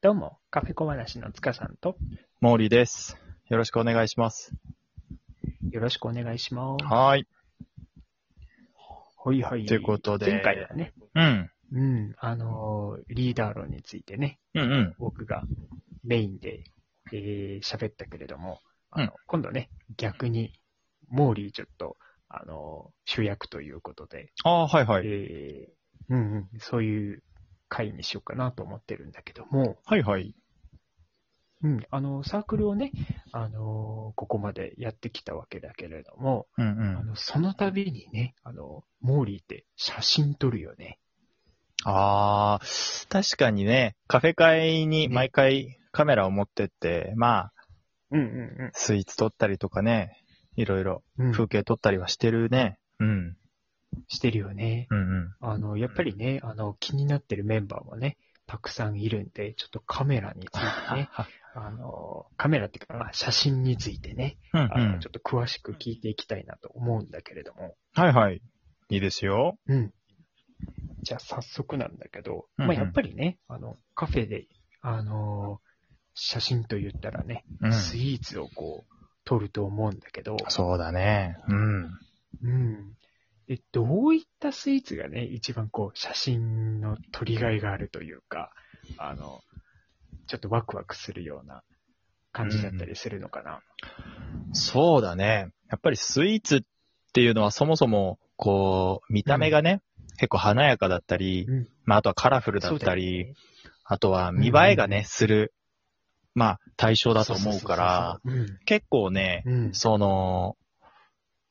どうも、カフェ小話の塚さんと、モーリーです。よろしくお願いします。よろしくお願いします。はーい。はいはい。ということで前回はね、うん。うん、あのーリーダー論についてね、うんうん。僕がメインでえー喋、ったけれども、あのうん今度ね、逆に、モーリーちょっと、あのー主役ということで、ああー、はいはい。えーうんうん、そういう回にしようかなと思ってるんだけども、はいはい。うん、あの、サークルをね、あのーここまでやってきたわけだけれども、うんうあん。の、その度にね、あの、モーリーって写真撮るよね。ああ、確かにね、カフェ会に毎回カメラを持ってって、まあ、うんうスイーツ撮ったりとかね、いろいろんうん。風景撮ったりはしてるね。うん。してるよね。うんうん。あの、やっぱりね、あの、気になってるメンバーもね、たくさんいるんで、ちょっとカメラについてね、あの、カメラっていうか、まあ写真についてね、 うんあうの、んちょ。っと詳しく聞いていきたいなと思うんだけれども、はいはい。いいですよ。うん。じゃあ早速なんだけど、うんうんまあやっぱりね、あの、カフェで、あの、写真と言ったらね、うん。スイーツをこう、撮ると思うんだけど、そうだね。うん。うん。で、どういったスイーツがね、一番こう、写真の撮りがいがあるというか、あの、ちょっとワクワクするような感じだったりするのかな。そうだね。やっぱりスイーツっていうのはそもそも、こう、見た目がね、結構華やかだったり、うんまあ、あとはカラフルだそうったより、ねあとは見栄えがうんうね、んうんする、まあ、対象だと思うから、そうそうそう結構ね、そう。うん。うん。その、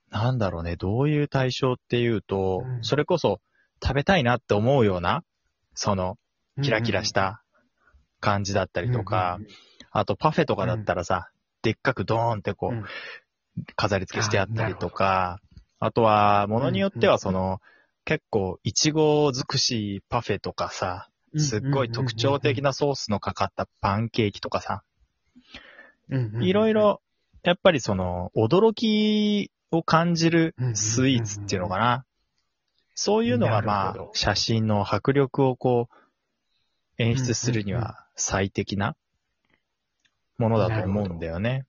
なんだろうね、どういう対象っていうと、うんそれこそ食べたいなって思うような、その、キラキラした感じだったたりとか、あとパフェとかだったらさ、でっかくドーンってこうう、ん飾り付けしてあったりとか、あとは、ものによってはその、結構、いちご尽くしパフェとかさ、すっごい特徴的な、なソースのかかったパンケーキとかさ、うんうんうんいろい、ろ、やっぱりその、驚きを感じるスイーツっていうのかな。そういうのながまるあほど、写真の迫力をこう、演出するにうんうんは最適なものだと思うんだよね。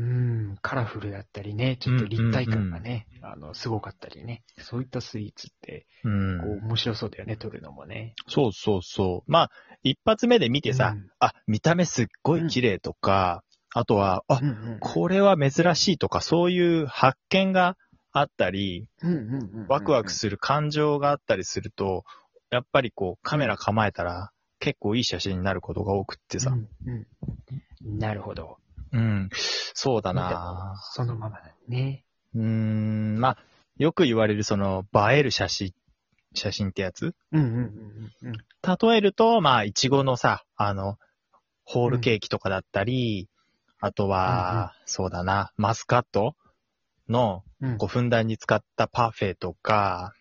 うん、カラフルだったりね、ちょっと立体感がね、あの、すごかったりね、そういったスイーツって、うんこ。う、面白そうだよね、撮るのもね。そうそうそう。まあ、一発目で見てさ、うんあ、見た目すっごい綺麗とか、あとは、あ、うんうんこれは珍しいとか、そういう発見があったり、うんうんうんうんうんワクワクする感情があったりすると、やっぱりこう、カメラ構えたら、結構いい写真になることが多くってさ。うんうんなるほど。うん。そうだなそのままだね。うーん、まあ、よく言われるその、映える写真、写真ってやつうんうんうんうん。例えると、まあ、いちごのさ、あの、ホールケーキとかだったり、あとうんうんは、そうだな、マスカットの、うんこう、ふんだんに使ったパフェとか、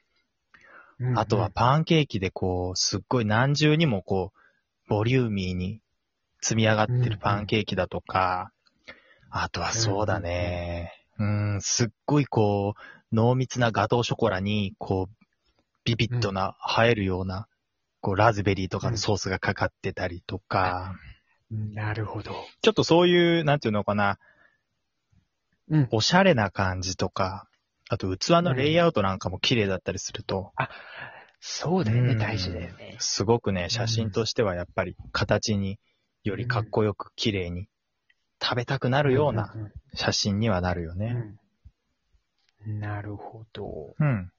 うんうんあとは、パンケーキでこう、すっごい何重にもこう、ボリューミーに積み上がってるパンケーキだとか、あとはそうだね、うん、すっごいこう、濃密なガトーショコラに、こう、ビビッドな、映えるような、こう、ラズベリーとかのソースがかかってたりとか、なるほど。ちょっとそういう、なんていうのかな、うん。おしゃれな感じとか、あと器のレイアウトなんかも綺麗だったりすると、そうだよね、うん大事だよね。すごくね、写真としてはやっぱり形によりかっこよく綺麗に食べたくなあるような。写真にはなるよね。うんなるほど。うん。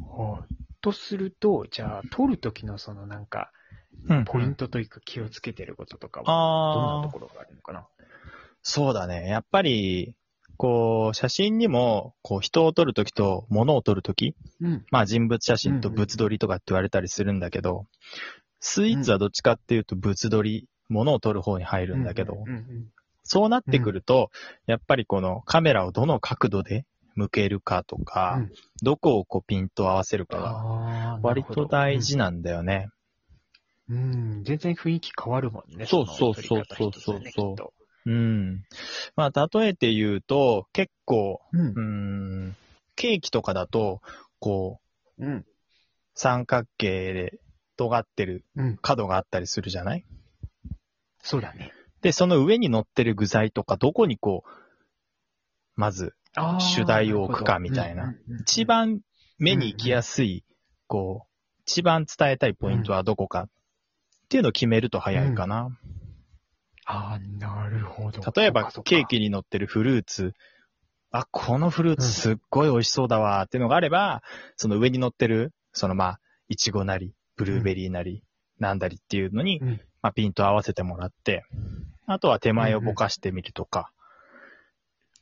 はいとすると、じゃあ、撮るときのそのなんか、うん。ポイントというか気をつけてることとかは、どんなあとあこ、ろがあるのかなそうだね。やっぱり、こう、写真にも、こう、人を撮るときと物を撮るとき、うん。まあ人物写真とうんうん物撮りとかって言われたりするんだけど、スイーツはどっちかっていうと物撮り、物を撮る方に入るんだけどう、んうんそうなってくると、やっぱりこのカメラをどの角度で向けるかとか、うんどこをこうピント合わせるかがあー割と大事ななんだよね。るほど。うん、うん全然雰囲気変わるもんね。そうそうその撮り方一つでねそうそうそうそきうっとうん。まあ、例えて言うと、結構、うんうーん、ケーキとかだと、こう、うん。三角形で尖ってるうん。角があったりするじゃないそうだね。で、その上に乗ってる具材とか、どこにこう、まず、あー主題を置くかみたいるほな。どうんうんうん一番目に行きやすい、こう、一番伝えたいポイントはどこかっていうのを決めると早いかな。ああ、なるほど。例えば、そうかケー。キに乗ってるフルーツ。あ、このフルーツすっごい美味しそうだわーっていうのがあれば、その上に乗ってる、そのまあ、いちごなり、ブルーベリーなり、なんだりっていうのに、うんまあ、ピント合わせてもらって、あとは手前をぼかしてみるとか、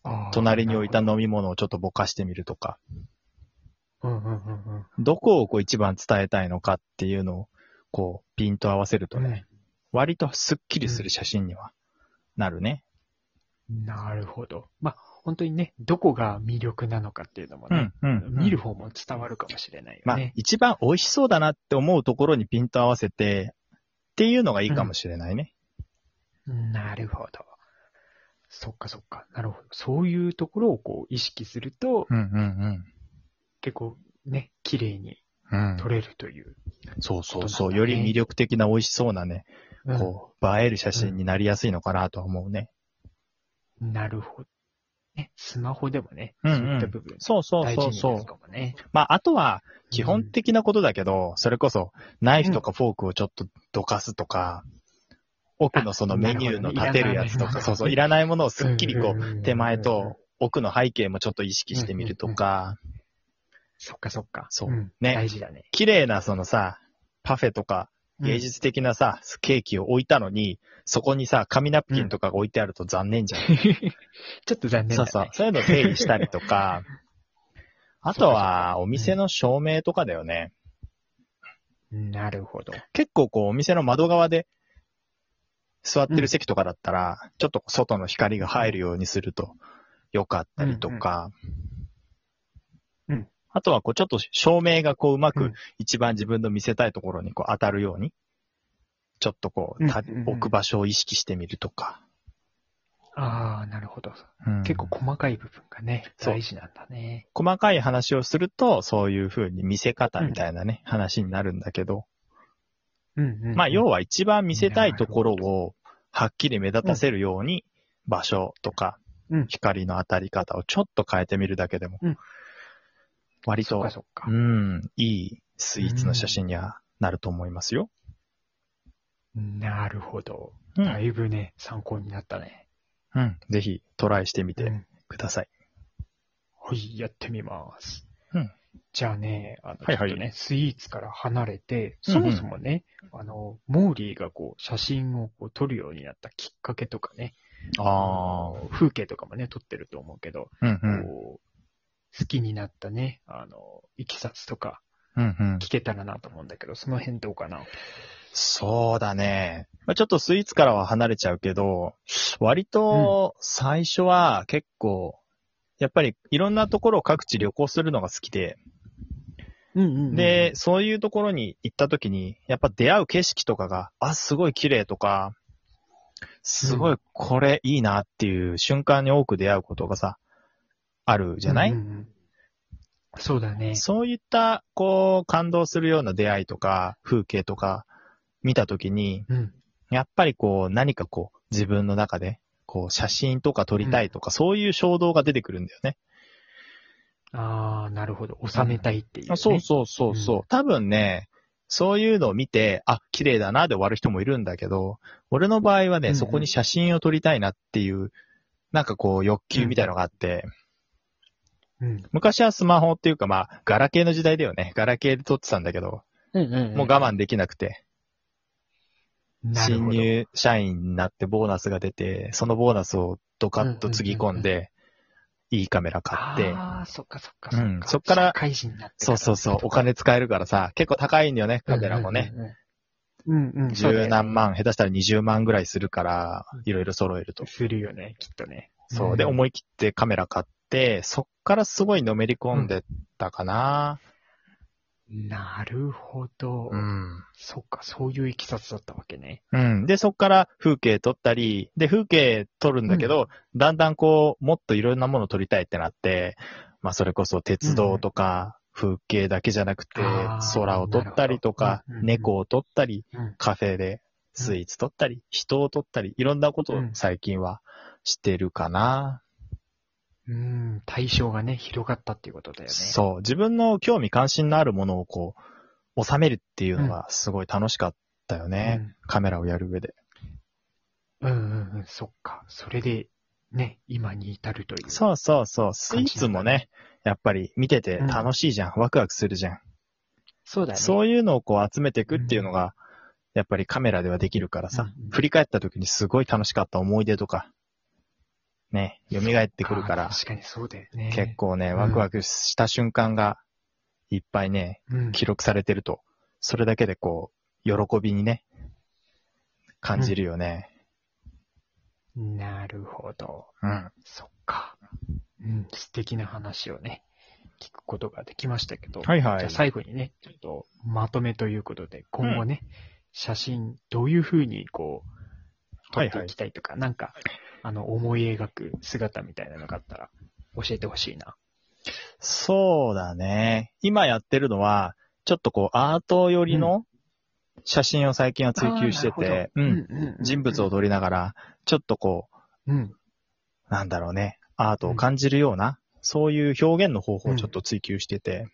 そうかあー隣に置いたなる飲み物をちょっとぼかしてみるとか、ほどうんうんうんうんどこをこう一番伝えたいのかっていうのを、こう、ピント合わせるとね、割とスッキリする写真にはなるね。うんなるほど。まあ、本当にね、どこが魅力なのかっていうのもうね、ん、うん。見る方も伝わるかもしれないまよあ、ね。一番美味しそうだなって思うところにピント合わせて、っていうのがいいかもしれないね。なるほど。そっかそっか。なるほど。そういうところをこう意識すると、うんうん結構ね、綺麗にうん。うん撮れるという。そうそうそそうう。なんよだねり魅力的な美味しそうなね、うんこう、映える写真になりやすいのかなとは思うね。なるほど。ね、スマホでもね、うんうんそういった部分、そうそう大そう事にそなうる。かもね。まあ、あとは、基本的なことだけど、それこそ、ナイフとかフォークをちょっとどかすとか、奥のそのメニューの立てるやつあなるほどとか、ねそうそう、いらないものをすっきりこうんうんうんうんう、手前と奥の背景もちょっと意識してみるとか、そっかそっか。そうんね大事だね。綺麗なそのさ、パフェとか芸術的なさ、ケーキを置いたのに、そこにさ、紙ナプキンとかが置いてあると残念じゃん。うんちょっと残念だそうね。そう、そういうのを整理したりと か、あとは、お店の照明とかだよね。なるほど。結構こう、お店の窓側で座ってる席とかだったら、ちょっと外の光が入るようにすると良かったりとか、うんうんあとはこう、ちょっと照明がこう、うまうくん一番自分の見せたいところにこう当たるように、ちょっとこう、たうんうんうん置く場所を意識してみるとか。ああ、なるほど。うん結構細かい部分がね、そう大事なんだね。細かい話をすると、そういう風に見せ方みたいなね、話になるんだけど、うんうんうんまあ、要は一番見せたいところを、はっきり目立たせるように、場所とかうん、光の当たり方をちょっと変えてみるだけでもうん、割そっとか、そっかう。ん、いいスイーツの写真にはなると思いますよ。なるほど。うだん、いぶね、参考になったね。うんぜひトライしてみうてんください。はい、やってみます。うんじゃあね、あの、はいはいちょっとね、スイーツから離れて、うんうそんもそもね、あの、モーリーがこう、写真をこう撮るようになったきっかけとかね、あの風景とかもね、撮ってると思うけど、あ、うんうん、こう、好きになったね、あの、いきさつとかうんうん。聞けたらなと思うんだけど、その辺どうかな。そうだね。まあ、ちょっとスイーツからは離れちゃうけど、割と最初は結構、やっぱりいろんなところを各地旅行するのが好きで、うんうん、で、、そういうところに行った時に、やっぱ出会う景色とかが、あ、すごい綺麗とか、すごいこれいいなっていう瞬間に多く出会うことがさ、あるじゃない、うんうんうんそうだね。そういった、こう、感動するような出会いとか、風景とか、見た時に、うん。やっぱりこう、何かこう、自分の中で、こう、写真とか撮りたいとか、そういう衝動が出てくるんだよね。ああ、なるほど。収めたいっていう、ねあそうそうそうそう。う多分ね、そういうのを見て、あ、綺麗だなで終わる人もいるんだけど、俺の場合はね、うんうんそこに写真を撮りたいなっていう、なんかこう、欲求みたいのがあって、うん。昔はスマホっていうか、まあ、ガラケーの時代だよね。ガラケーで撮ってたんだけど、うんうんうんもう我慢できなくて、なる新ほど入社員になってボーナスが出て、そのボーナスをドカッとつぎ込んで、いいカメラ買って、ああ、そっかそっかそっか。うんそっから社会人になってそうそうそう、お金使えるからさ、結構高いんだよね、カメラもね。。うんうんうんうんうん。十な何万、下手したら20万ぐらいするから、いろいろ揃えると。するよね、きっとね。そう。で、ん思い切ってカメラ買って、そっからすごいのめり込んでったかな。なるほど。うん。そっか、そういういきさつだったわけね。うん。で、そっから風景撮ったり、で、風景撮るんだけど、だんだんこう、もっといろんなもの撮りたいってなって、まあ、それこそ鉄道とか、風景だけじゃなくてあ、ー空を撮ったりとか、なるほどうんうんうん猫を撮ったり、うん。カフェでスイーツ撮ったり、人を撮ったり、いろんなことをうん最近はしてるかな。うん、対象がね、広がったっていうことだよね。そう。自分の興味関心のあるものをこう、収めるっていうのがすごい楽しかったよね。カメラをやる上で。うん。うんうんうん、そっか。それで、ね、今に至るという。そうそうそう。スイーツもね、やっぱり見てて楽しいじゃん。ワクワクするじゃん。そうだね。そういうのをこう集めていくっていうのが、やっぱりカメラではできるからさ、うんうん振り返った時にすごい楽しかった思い出とか、ね、蘇ってくるからあ、確かにそうだよね。結構ね、うんワクワクした瞬間がいっぱいね、うん、記録されてると、それだけでこう、喜びにね、感じるよね。なるほど。うん。そっか。うん、素敵な話をね、聞くことができましたけど。はいはじゃあ。い最後にね、ちょっとまとめということで、今後ね、写真、どういうふうにこう、撮はいっはていいきたいとか、なんか、あの、思い描く姿みたいなのがあったら、教えてほしいな。そうだね。今やってるのは、ちょっとこう、アート寄りの写真を最近は追求してて、あーうなるん。ほどうん人物を撮りながら、ちょっとこうん。う、なんだろうね、アートを感じるような、そういう表現の方法をちょっと追求してて、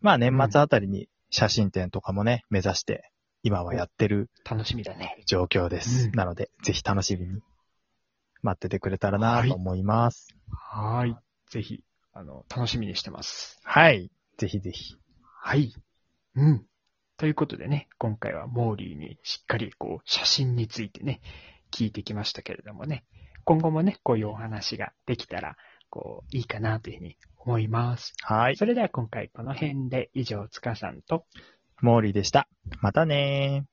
まあ年末あたりに写真展とかもね、目指して、今はやってる楽しみだね。状況です。うんなので、ぜひ楽しみに待っててくれたらなと思います。はーい。ぜひ、あの、楽しみにしてます。はい、ぜひぜひ。はい。うん。ということでね、今回はモーリーにしっかりこう写真についてね、聞いてきましたけれどもね、今後もね、こういうお話ができたら、こう、いいかなというふうに思います。はい。それでは今回この辺で以上、塚さんとモーリーでした。またねー。